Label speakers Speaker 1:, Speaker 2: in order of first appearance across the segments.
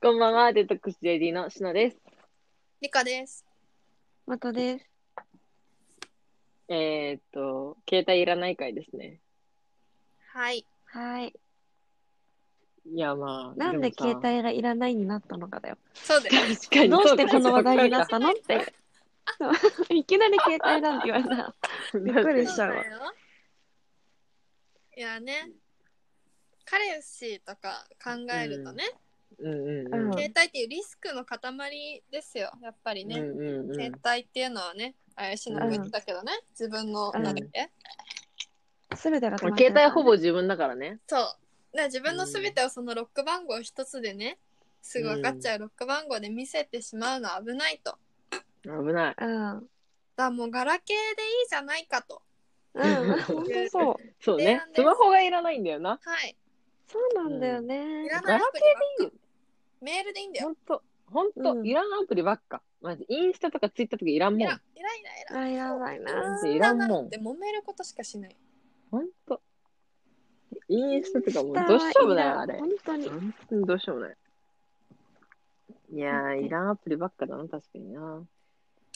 Speaker 1: こんばんは、デトックス JD のしのです。
Speaker 2: リカです。
Speaker 3: またです。
Speaker 1: えー、っと、携帯いらない回ですね。
Speaker 2: はい。
Speaker 3: はい。
Speaker 1: いや、まあ。
Speaker 3: なんで
Speaker 1: もさ
Speaker 3: 携帯がいらないになったのか だよ。
Speaker 2: そうだよ。
Speaker 1: 確かに。
Speaker 3: どうしてこの話題にな
Speaker 1: っ
Speaker 3: ったのって。そう いきなり携帯なんて言われたら。
Speaker 1: たびっ
Speaker 3: くりし
Speaker 2: そう
Speaker 3: ちゃう
Speaker 2: だ
Speaker 3: わ
Speaker 2: よ。いやね。彼氏とか考えるとね、
Speaker 1: うんうんうん。
Speaker 3: うん
Speaker 2: 携帯っていうリスクの塊ですよ、やっぱりね。
Speaker 1: うんうんうん。
Speaker 2: 携帯っていうのはね、あやしの分だけどね、自分の、
Speaker 3: うん
Speaker 2: なんだっけ
Speaker 3: すべてが止ま
Speaker 1: まあ
Speaker 3: っちゃ
Speaker 1: 携
Speaker 3: う
Speaker 1: 帯ほぼ自分だからね。
Speaker 2: そう。だから自分のすべてをそのロック番号一つでね、すぐ分かっちゃうロック番号で見せてしまうのは危ないと。
Speaker 1: 危ない。
Speaker 3: うん。うん。
Speaker 2: だからもうガラケーでいいじゃないかと。
Speaker 3: 本当そう。
Speaker 1: そう
Speaker 2: 提
Speaker 1: ね
Speaker 2: 案で。す
Speaker 1: スマホがいらないんだよな。
Speaker 2: はい。
Speaker 3: そうなんだよね
Speaker 2: い。ら
Speaker 1: ガ
Speaker 2: ない
Speaker 1: ラ
Speaker 2: アプリばっか。メールでいいんだよ
Speaker 1: ほ。んと、ほんと、
Speaker 3: うん
Speaker 1: いらんアプリばっか。マジ、インスタとかツイッターとかいらん
Speaker 2: い
Speaker 1: もん
Speaker 2: ら。いらいらいら。
Speaker 3: あいらないな。
Speaker 1: いらんもん
Speaker 2: で揉めることしかしない。
Speaker 1: ほんと。インスタとかもうどうしようもないよ、あれ。
Speaker 3: 本当に。
Speaker 1: 本当にどうしようもない。いやー、いらんアプリばっかだな、確かにな。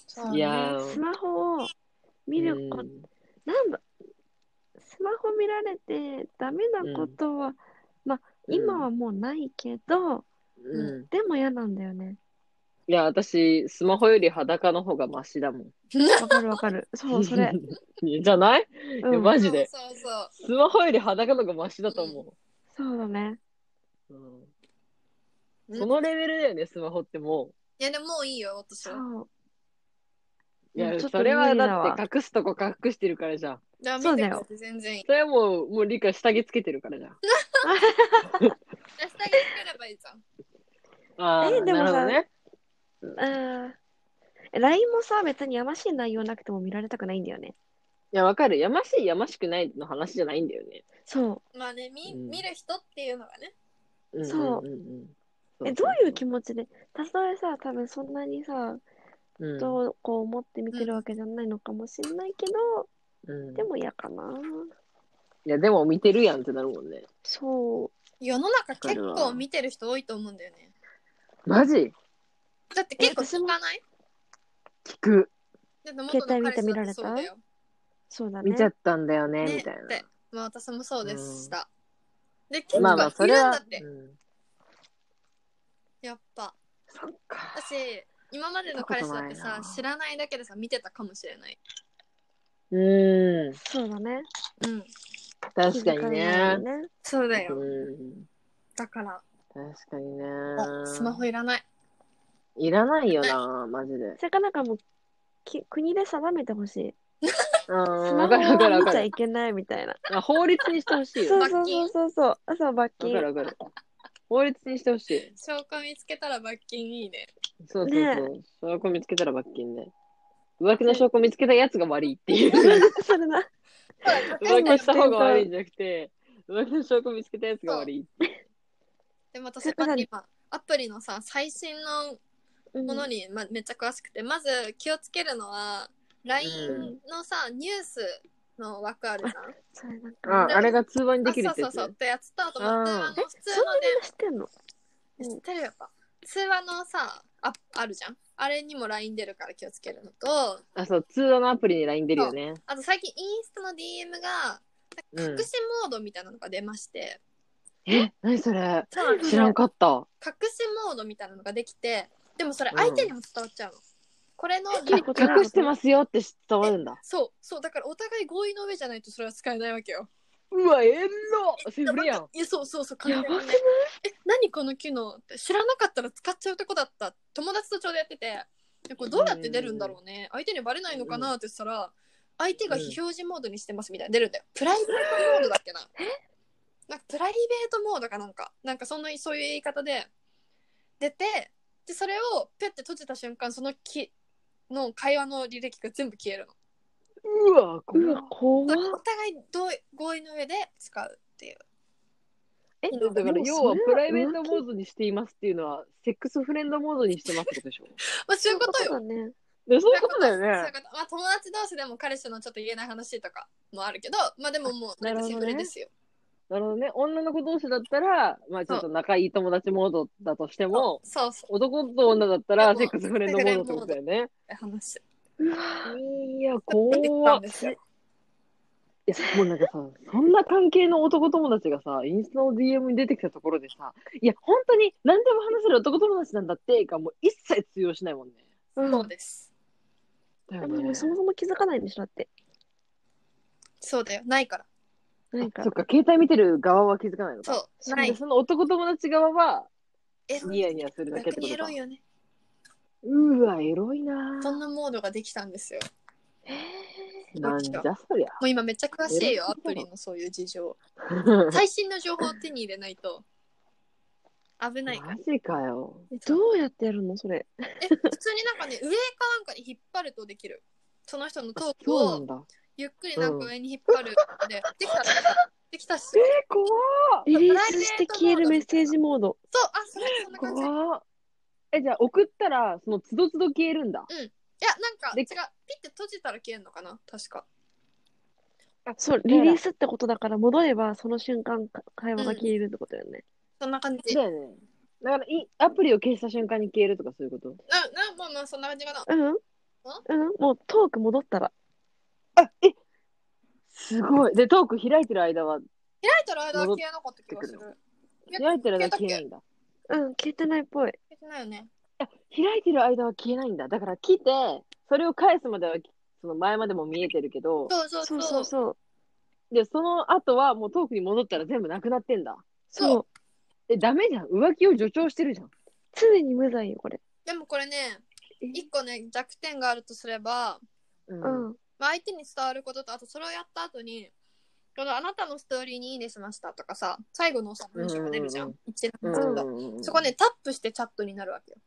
Speaker 2: そう
Speaker 1: いや
Speaker 3: ス
Speaker 1: ー、
Speaker 3: マホを見るこ
Speaker 1: う
Speaker 3: と、
Speaker 1: ん
Speaker 3: なんだ。スマホ見られてダメなことは、今はもうないけど、
Speaker 1: うん。
Speaker 3: でも嫌なんだよね。
Speaker 1: いや、私、スマホより裸の方がマシだもん。
Speaker 3: わかるわかる。そう、 それ。
Speaker 1: じゃないいや
Speaker 3: うん
Speaker 1: マジで。
Speaker 2: そうそうそう。
Speaker 1: スマホより裸の方がマシだと思
Speaker 3: そうだね。
Speaker 1: う。うん
Speaker 2: うん
Speaker 1: そのレベルだよね、スマホっても
Speaker 2: いやでももういいよ私
Speaker 3: そ
Speaker 2: は。
Speaker 3: う。
Speaker 1: う。いや、
Speaker 3: ちょっと
Speaker 1: それは
Speaker 3: 無理だわ
Speaker 1: だって隠すとこ隠してるからじゃん。
Speaker 2: だ
Speaker 3: そ
Speaker 2: から
Speaker 3: う
Speaker 2: 見
Speaker 3: だ
Speaker 2: て
Speaker 3: よ
Speaker 2: くれて全然いい。
Speaker 1: それはもう、もう理解下着つけてるからじゃん。
Speaker 2: 明日着ければいいじゃん。
Speaker 1: ああ、
Speaker 3: えでも
Speaker 1: な
Speaker 3: さ
Speaker 1: るほどね。
Speaker 3: ああ。LINE もさ、別にやましい内容なくても見られたくないんだよね。
Speaker 1: いや、わかる。やましい、やましくないの話じゃないんだよね。
Speaker 3: そ
Speaker 2: まあね見
Speaker 1: うん
Speaker 2: 見る人っていうのがね。
Speaker 1: うん
Speaker 3: そうん
Speaker 1: んん
Speaker 3: う。え、どういう気持ちで、たとえさ、多分そんなにさ、
Speaker 1: うん
Speaker 3: どうこう思って見てるわけじゃないのかもしれないけど、
Speaker 1: うん
Speaker 3: でも嫌かな。
Speaker 1: いや、でも見てるやんってなるもんね。
Speaker 3: そう。
Speaker 2: 世の中結
Speaker 1: わかるわ
Speaker 2: 構見てる人多いと思うんだよね。
Speaker 1: マジ
Speaker 2: だって結構聞かない
Speaker 1: 聞く。
Speaker 2: だって元の彼氏だってそうだよ。
Speaker 3: そうだね。
Speaker 1: 見ちゃったんだよね、
Speaker 2: ね
Speaker 1: みたい
Speaker 2: ってまあ私もそうでした。で結
Speaker 1: な。
Speaker 2: 構
Speaker 1: まあまあ、そ
Speaker 2: い
Speaker 1: れ
Speaker 2: るん
Speaker 1: は
Speaker 2: だっ。て
Speaker 1: うん
Speaker 2: やっぱ。
Speaker 1: そっか。
Speaker 2: 私今までの彼氏だっ
Speaker 1: 見
Speaker 2: て
Speaker 1: たことない
Speaker 2: さ
Speaker 1: な
Speaker 2: 知らないだけでさ見てたかもしれない。
Speaker 1: うん。
Speaker 3: そうだね。
Speaker 2: うん。
Speaker 1: 確かに
Speaker 3: 気づか
Speaker 1: ね
Speaker 3: れ。ないよね。
Speaker 2: そうだよ。
Speaker 1: うん。
Speaker 2: だから
Speaker 1: 確かにね
Speaker 2: あ。スマホいらない。
Speaker 1: いらないよな、マジで。
Speaker 3: それかなんかもう、き国で定めてほし
Speaker 1: うん。
Speaker 3: い。ス
Speaker 1: わ
Speaker 3: マ
Speaker 1: か
Speaker 3: ホ
Speaker 1: るわかるわ
Speaker 3: は見
Speaker 1: か
Speaker 3: ちゃ
Speaker 1: る
Speaker 3: い。けないみたいな。
Speaker 1: あ法律にしてほしいよ。
Speaker 3: そ
Speaker 1: わ
Speaker 3: うそうそうそうそう。朝罰金。
Speaker 1: かるわかる。法律にしてほしい。
Speaker 2: 証拠見つけたら罰金いいね。
Speaker 1: そうそう
Speaker 3: ね
Speaker 1: そう。証拠見つけたら罰金ね。浮気の証拠見つけたやつが悪いっていう。
Speaker 3: それな。
Speaker 1: 浮
Speaker 3: か
Speaker 1: 気
Speaker 3: に
Speaker 1: した方が悪いんじゃなくて、浮気の証拠見つけたやつが悪いって。
Speaker 2: でも私
Speaker 3: それから
Speaker 2: まあ今アプリのさ最新のものに、まあ、めっちゃ詳しくてまず気をつけるのは LINE のさ、ニュースの枠あるじゃん。
Speaker 3: それなんか。
Speaker 1: あ、あれが通話にできる
Speaker 2: あ
Speaker 1: って
Speaker 2: そうそ
Speaker 1: やつ。
Speaker 2: うそうってやつとあと
Speaker 1: う
Speaker 2: まあ
Speaker 1: ん
Speaker 2: 通話の普
Speaker 3: え、
Speaker 2: 通
Speaker 3: そん
Speaker 2: の
Speaker 3: なに知ってんの
Speaker 2: 知ってるよやっぱ通話のさああるじゃんあれにも LINE 出るから気をつけるのと
Speaker 1: あ、そう、通話のアプリに LINE 出るよね。
Speaker 2: あと最近インスタの DM が
Speaker 1: うん
Speaker 2: 隠しモードみたいなのが出まして、
Speaker 1: え、何それ
Speaker 2: そう
Speaker 1: 知らんかった。
Speaker 2: 隠しモードみたいなのができてでもそれ相手にも伝わっちゃうの、これの
Speaker 3: 聞いたことない
Speaker 1: 隠してますよって伝わるんだ。
Speaker 2: そうそうだからお互い合意の上じゃないとそれは使えないわけよ
Speaker 1: うわ、えんのセフレやん。
Speaker 2: いやそうそうそう完
Speaker 3: や
Speaker 2: 全
Speaker 3: ばく
Speaker 2: に
Speaker 3: ない
Speaker 2: ねえ何この機能って知らなかったら使っちゃうとこだった友達とちょうどやっててでこれどうやって出るんだろうね相手にバレないのかなって言ったら相手が非表示モードにしてますみたいな出るんだよプライベートモードだっけななんかプライベートモードかなんかなんかそのそういう言い方で出てでそれをペッて閉じた瞬間そのきの会話の履歴が全部消えるの
Speaker 1: うわ、こ
Speaker 3: うわ、怖っ。
Speaker 2: お互い同意合意の上で使うっていう
Speaker 3: え、
Speaker 2: だ
Speaker 1: だか
Speaker 3: で
Speaker 1: ら、
Speaker 3: もそ
Speaker 1: 要
Speaker 3: れ
Speaker 1: はプライベートモ
Speaker 3: 浮
Speaker 1: ードにしていますっていうのは、セックスフレンドモードにしてますってことでしょ
Speaker 2: まあそういうことよ
Speaker 3: 気だね。
Speaker 1: でそういうことだよ
Speaker 2: そうい
Speaker 1: ね
Speaker 2: う。ことまあ友達同士でも彼氏のちょっと言えない話とかもあるけど、まあでももう
Speaker 1: なるほどね
Speaker 2: セフレですよ。
Speaker 1: なるほどね。女の子同士だったら、まあちょっと仲いい友達モードだとしても、
Speaker 2: そうそう
Speaker 1: 男と女だったら
Speaker 2: でも
Speaker 1: セックスフレンドモードってことだよね。
Speaker 2: 話
Speaker 1: いや、
Speaker 2: な
Speaker 1: 怖
Speaker 2: ん
Speaker 1: っ。
Speaker 2: で
Speaker 1: い
Speaker 2: すよ
Speaker 1: や、もうなんかさ、そんな関係の男友達がさ、インスタの DM に出てきたところでさ、いや、本当に何でも話せる男友達なんだって、がもう一切通用しないもんね。
Speaker 3: うん
Speaker 2: そうです
Speaker 1: だ
Speaker 3: で
Speaker 1: よ
Speaker 3: も
Speaker 1: ね。
Speaker 3: そもそも気づかないでしょ、だって。
Speaker 2: そうだよないから
Speaker 3: なんか
Speaker 1: そっ、か、携帯見てる側は気づかないのか。
Speaker 2: そう
Speaker 1: な
Speaker 2: なんい
Speaker 1: でその男友達側は
Speaker 2: エロ
Speaker 1: ニヤニヤするだけってこ
Speaker 2: 逆に
Speaker 1: と
Speaker 2: エ
Speaker 1: か
Speaker 2: ロい。よね
Speaker 1: うわ、エロいな
Speaker 2: そんなモードができたんですよ
Speaker 1: なんじゃそりゃ。
Speaker 2: もう今めっちゃ詳しい
Speaker 1: エロ
Speaker 2: よ
Speaker 1: い
Speaker 2: アプリのそういう事 情最新の情報を手に入れないと危ないから
Speaker 1: マジかよ。
Speaker 3: どうやってやるの、それ。
Speaker 2: え普通になんかね上かなんかに引っ張るとできるその人のトーク
Speaker 1: そうなん
Speaker 2: を
Speaker 1: だ。
Speaker 2: ゆっくりなんか上に引っ張るで、 できたらできたっす
Speaker 1: え
Speaker 2: よ
Speaker 1: ー、怖っ
Speaker 3: リリースして消えるメッセージモード。
Speaker 2: そうあそれそんな感じいや
Speaker 1: 怖っえ、じゃあ送ったら、そのつどつど消えるんだ。
Speaker 2: なんか
Speaker 1: で
Speaker 2: 違うピッて閉じたら消えんのかな確か
Speaker 3: そう、リリースってことだから、戻ればその瞬間、か会話が消えるってことだよね。
Speaker 2: そんな感じ
Speaker 1: だよね。だからい、アプリを消した瞬間に消えるとかそういうこと
Speaker 2: ななまあまあそんな感じかな
Speaker 3: うん、うん、もうトーク戻ったら。
Speaker 1: あ、えすごい。で、トーク開いてる間は、
Speaker 2: 開いたら間は消えなかった気がする
Speaker 1: 開いてる間は消え
Speaker 2: 消
Speaker 1: な
Speaker 2: え
Speaker 1: いんだ。
Speaker 3: うん、消えてないっぽい。
Speaker 2: たっけ消えてないよね
Speaker 1: 開いてる間は消えないんだ。だから来て、それを返すまでは、その前までも見えてるけど、
Speaker 2: そうそうそ
Speaker 3: そううそうそう。
Speaker 1: で、その後はもうトークに戻ったら全部なくなってんだ。
Speaker 2: そ
Speaker 3: そうう。
Speaker 1: え、ダメじゃん。浮気を助長してるじゃん。
Speaker 3: 常に無罪よ、これ。
Speaker 2: でもこれね
Speaker 3: え
Speaker 2: 一個ね弱点があるとすれば
Speaker 1: う。
Speaker 3: うんん。
Speaker 2: まあ、相手に伝わることとあとそれをやった後にこのあなたのストーリーにいいねしましたとかさ最後のさ文章が出るじゃ
Speaker 1: うんん
Speaker 2: 一
Speaker 1: う
Speaker 2: 覧
Speaker 1: ん
Speaker 2: ずっ
Speaker 1: う
Speaker 2: と
Speaker 1: んうん
Speaker 2: そこねタップしてチャットになるわけよ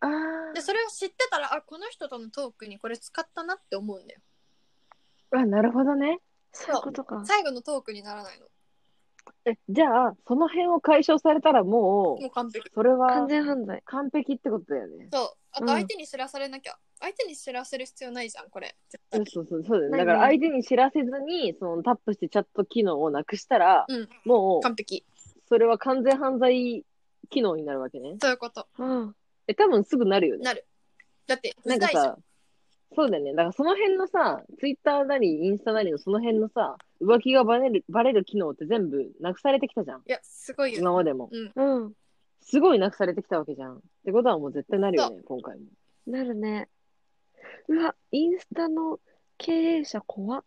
Speaker 1: あ
Speaker 2: でそれを知ってたらあこの人とのトークにこれ使ったなって思うんだよ
Speaker 1: ーあ、なるほどね。
Speaker 3: そういうことか。
Speaker 2: 最後のトークにならないの
Speaker 1: え、じゃあ、その辺を解消されたらもう
Speaker 2: も、う完璧
Speaker 1: それは
Speaker 3: 完全犯罪。
Speaker 1: 完璧ってことだよね。
Speaker 2: そうあと
Speaker 3: うん
Speaker 2: 相手に知らされなきゃ、相手に知らせる必要ないじゃんこれ絶
Speaker 1: そ
Speaker 2: 対
Speaker 1: うそうそうそうだよね。だ
Speaker 3: ないね
Speaker 1: から相手に知らせずに、そのタップしてチャット機能をなくしたら、
Speaker 2: うん
Speaker 1: もう、
Speaker 2: 完璧
Speaker 1: それは完全犯罪機能になるわけね。
Speaker 2: そういうこと
Speaker 3: うん。
Speaker 1: え、多分すぐなるよね。
Speaker 2: なるだって
Speaker 1: なんか
Speaker 2: したいじゃん
Speaker 1: さ、そうだよね。だからその辺のさ、ツイッターなりインスタなりのその辺のさ、浮気がバレる、バレる機能って全部なくされてきたじゃん。
Speaker 2: いやすごいよ
Speaker 1: 今までも。
Speaker 2: うん
Speaker 3: うん。
Speaker 1: すごいなくされてきたわけじゃん。ってことはもう絶対なるよね、今回も。
Speaker 3: なるね。うわ、インスタの経営者怖っ。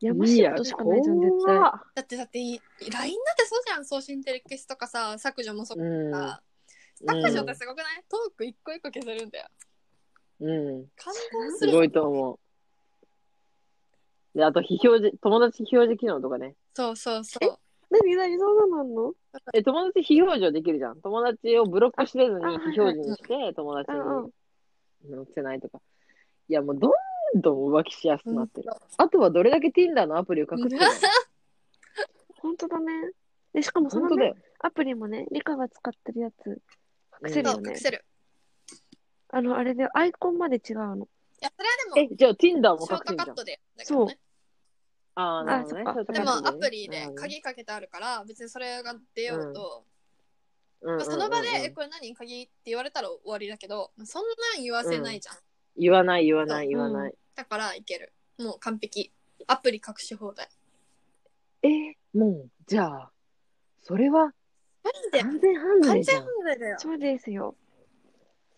Speaker 3: やましいことしかないじゃん、
Speaker 1: や
Speaker 3: 絶対。
Speaker 1: 怖っ
Speaker 2: だってだってい LINE だってそうじゃん送信テレキストとかさ削除もそう
Speaker 1: うん。
Speaker 2: さ、
Speaker 1: うん
Speaker 2: 削除ってすごくない、トーク一個一個削るんだよ。
Speaker 1: うん。
Speaker 2: 感動す
Speaker 1: す
Speaker 2: る。
Speaker 1: ごいと思う。で、あと、非表示、友達非表示機能とかね。
Speaker 2: そうそうそう。
Speaker 3: 何何そんなのあんの
Speaker 1: え、友達非表示はできるじゃん。友達をブロックしれずに
Speaker 3: ああはい
Speaker 1: 非表示にして、友達
Speaker 3: うんうん。
Speaker 1: に載せないとか。いや、もうどんどん浮気しやすくなってる。
Speaker 2: うん
Speaker 1: あとはどれだけ Tinder のアプリを隠してるの
Speaker 3: 本当だね。で、しかもそ
Speaker 1: 本
Speaker 3: の
Speaker 1: 当だ
Speaker 3: ね、
Speaker 1: よ。
Speaker 3: アプリもね、リカが使ってるやつ、隠せる
Speaker 2: そ
Speaker 3: よ
Speaker 2: う、
Speaker 3: ね
Speaker 2: 隠。せる。
Speaker 3: あの、あれで、アイコンまで違うの。
Speaker 2: いや、それはで
Speaker 1: え、じゃあ Tinder
Speaker 2: も、
Speaker 1: も
Speaker 2: ショ
Speaker 1: 隠
Speaker 2: ー
Speaker 1: せ
Speaker 2: ト
Speaker 1: る
Speaker 2: カ
Speaker 1: じゃ
Speaker 2: ッ
Speaker 1: ん。
Speaker 2: トで。だけ
Speaker 3: そ
Speaker 2: ど
Speaker 3: う
Speaker 2: ね。
Speaker 1: ああ、なるほどね
Speaker 3: あそっ。か
Speaker 2: で
Speaker 1: ショートカットね
Speaker 2: も、アプリで。
Speaker 1: なる
Speaker 2: 鍵かけてあるから、別にそれが出ようと。
Speaker 1: ほどねうんうんうん
Speaker 2: まあその場で、
Speaker 1: うん
Speaker 2: え、これ何鍵って言われたら終わりだけど、そんなん言わせないじゃん。
Speaker 1: 言わない、言わない、言わない。
Speaker 2: だから、いける。もう完璧。アプリ隠し放題。
Speaker 1: え、もう、じゃあ、それは
Speaker 2: マジで
Speaker 1: 完全犯
Speaker 2: 完
Speaker 1: 罪じゃ
Speaker 2: 全
Speaker 1: ん
Speaker 2: 犯。罪だよ。
Speaker 3: そうですよ。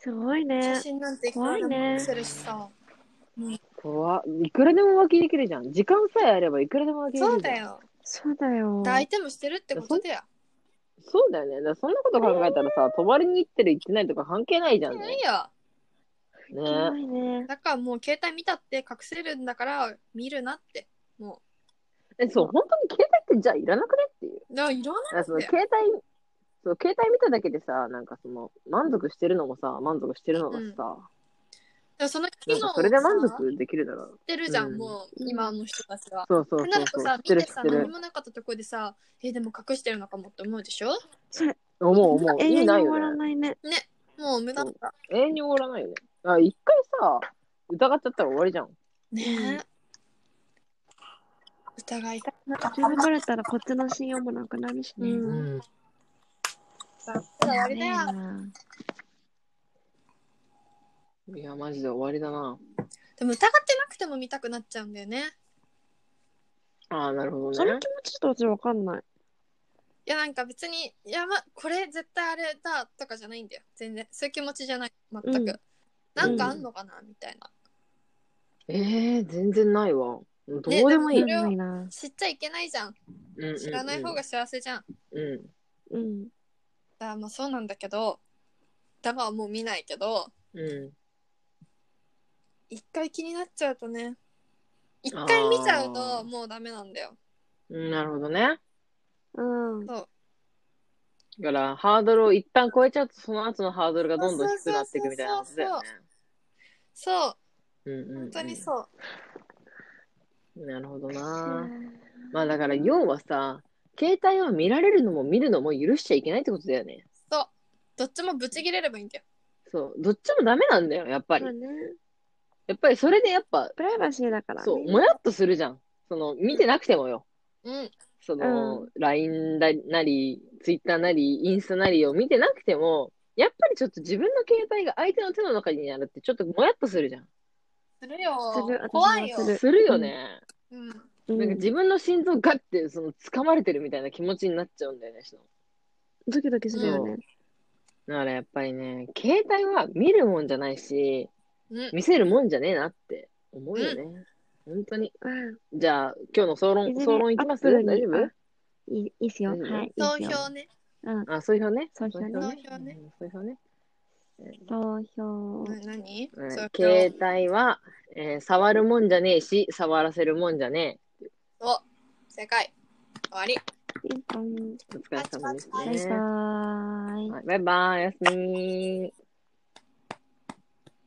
Speaker 3: すごいね。
Speaker 2: 写真なんていくらでも
Speaker 3: 怖いね
Speaker 2: 隠せるしさ。
Speaker 1: 怖っいくらでも浮気できるじゃん。時間さえあればいくらでも浮気できるじゃん。
Speaker 2: そうだ。よ。
Speaker 3: そうだよ。
Speaker 2: だ相手もしてるってことだよ。
Speaker 1: そうだよね。だからそんなこと考えたらさ、泊まりに行ってる行ってないとか関係ないじゃん
Speaker 2: な
Speaker 1: ね
Speaker 2: い。よ。
Speaker 1: ね
Speaker 3: いね。
Speaker 2: だからもう携帯見たって隠せるんだから見るなって。も
Speaker 1: え、そう、本当に携帯ってじゃあいらなくねっていう。
Speaker 2: う。だからいろん
Speaker 1: だか
Speaker 2: な
Speaker 1: らそ
Speaker 2: ん
Speaker 1: の
Speaker 2: だよ。
Speaker 1: 携帯、そう、携帯見ただけでさ、なんかその、満足してるのもさ、満足してるのだしさ、
Speaker 2: だからその
Speaker 1: な
Speaker 2: 機
Speaker 1: んか
Speaker 2: 能
Speaker 1: それで満
Speaker 2: をさ知
Speaker 1: 足できるだろう
Speaker 2: っ。てるじゃん、
Speaker 1: うん
Speaker 2: もう今の人たちは。
Speaker 1: そうそう
Speaker 2: って
Speaker 1: そ
Speaker 2: な
Speaker 1: う
Speaker 2: る
Speaker 1: そ
Speaker 2: と
Speaker 1: う、
Speaker 2: さ、
Speaker 1: 知って
Speaker 2: 見
Speaker 1: る
Speaker 2: て
Speaker 1: 知
Speaker 2: さ、
Speaker 1: って
Speaker 2: 何
Speaker 1: る。
Speaker 2: もなかったところでさ、え、でも隠してるのかもって思うでしょ
Speaker 3: それ、
Speaker 1: 思う思う。
Speaker 3: 永
Speaker 1: 意
Speaker 3: 遠
Speaker 1: 味
Speaker 3: に
Speaker 1: ない
Speaker 3: 終わら
Speaker 1: よね。
Speaker 3: ないね。
Speaker 2: ね。もう無駄だ。
Speaker 1: 永遠に終わらないよね。あ、一回さ、疑っちゃったら終わりじゃん。
Speaker 2: ね。疑いたくなかっ
Speaker 3: それバレたらこっちの信用もなくなるしね。
Speaker 2: うん
Speaker 4: うん。
Speaker 2: た。終わりだよ。
Speaker 1: いや、マジで終わりだな。
Speaker 2: でも疑ってなくても見たくなっちゃうんだよね。
Speaker 1: ああ、なるほど
Speaker 3: そ
Speaker 1: ね
Speaker 3: の気。持ちょっと私わかんない。
Speaker 2: いやなんか別に、いやま、これ絶対あれだとかじゃないんだよ。全然。そういう気持ちじゃない。全く。
Speaker 3: うん
Speaker 2: なんかあんのかな、みたいな。
Speaker 1: ええー、全然ないわ。どうでもいい。
Speaker 2: ねでも
Speaker 3: ないな。
Speaker 2: 知っちゃいけないじゃん。
Speaker 1: うんうん
Speaker 2: 知らない方が。幸せじゃん。
Speaker 1: うん。
Speaker 3: うん。
Speaker 2: だからまあそうなんだけど、だからもう見ないけど、
Speaker 1: う
Speaker 2: 一回気になっちゃうとね。一回見ちゃ
Speaker 1: あ
Speaker 2: う
Speaker 1: ー
Speaker 2: ともうダメなんだよ。
Speaker 1: ん。なるほどね。
Speaker 3: うん。
Speaker 2: そう。
Speaker 1: だから、ハードルを一旦超えちゃうと、その後のハードルがどんどん低くなっていくみたいな話だよね。
Speaker 2: そう。
Speaker 1: うんうん、うん。
Speaker 2: 本当にそう。
Speaker 1: なるほどな。まあだから、要はさ、携帯を見られるのも見るのも許しちゃいけないってことだよね。
Speaker 2: そう。どっちもブチ切れればいいんだよ。
Speaker 1: そう。どっちもダメなんだよ、やっぱり
Speaker 3: そう。ね。
Speaker 1: やっぱりそれでやっぱ、
Speaker 3: プライバシーだからね。
Speaker 1: そう、もやっとするじゃん。その、見てなくてもよ。
Speaker 2: うん。
Speaker 1: その、
Speaker 3: う
Speaker 1: LINE だなり、Twitter なり、インスタなりを見てなくても、やっぱりちょっと自分の携帯が相手の手の中にあるって、ちょっともやっとするじゃん。
Speaker 2: するよ
Speaker 3: する私も。
Speaker 2: 怖いよ。
Speaker 3: する
Speaker 1: するよね。
Speaker 2: うん。
Speaker 3: うん
Speaker 1: なんか自分の心臓がって、その、掴まれてるみたいな気持ちになっちゃうんだよね、その
Speaker 3: ドキドキするよね。
Speaker 1: だからやっぱりね、携帯は見るもんじゃないし、
Speaker 2: うん。
Speaker 1: 見せるもんじゃねえなって思うよね。本当に。
Speaker 3: うん。
Speaker 1: じゃあ、今日の総論、
Speaker 3: いずれ
Speaker 1: 総論いきます
Speaker 3: アップ
Speaker 1: 大
Speaker 3: ルに
Speaker 1: 丈夫
Speaker 3: いい、いいっすよ。
Speaker 1: 大丈夫
Speaker 3: はい。いい
Speaker 2: 投
Speaker 3: っすよ。
Speaker 2: 票ね。
Speaker 3: うん。
Speaker 1: あ、そういう表ね。
Speaker 3: そういう表
Speaker 2: ねそういう表ね。
Speaker 1: そういう表ね。
Speaker 3: 投票。
Speaker 2: な何
Speaker 1: うん
Speaker 2: 投票
Speaker 1: 携帯は、えー触るもんじゃねえし、触らせるもんじゃね
Speaker 2: お正解。終わり。
Speaker 3: ピンポン。
Speaker 1: え。お疲れ様です
Speaker 2: パ
Speaker 3: バ
Speaker 2: チパチ
Speaker 3: イ
Speaker 1: ね。
Speaker 3: バーイ。
Speaker 1: はいバイバイ、おやすみ。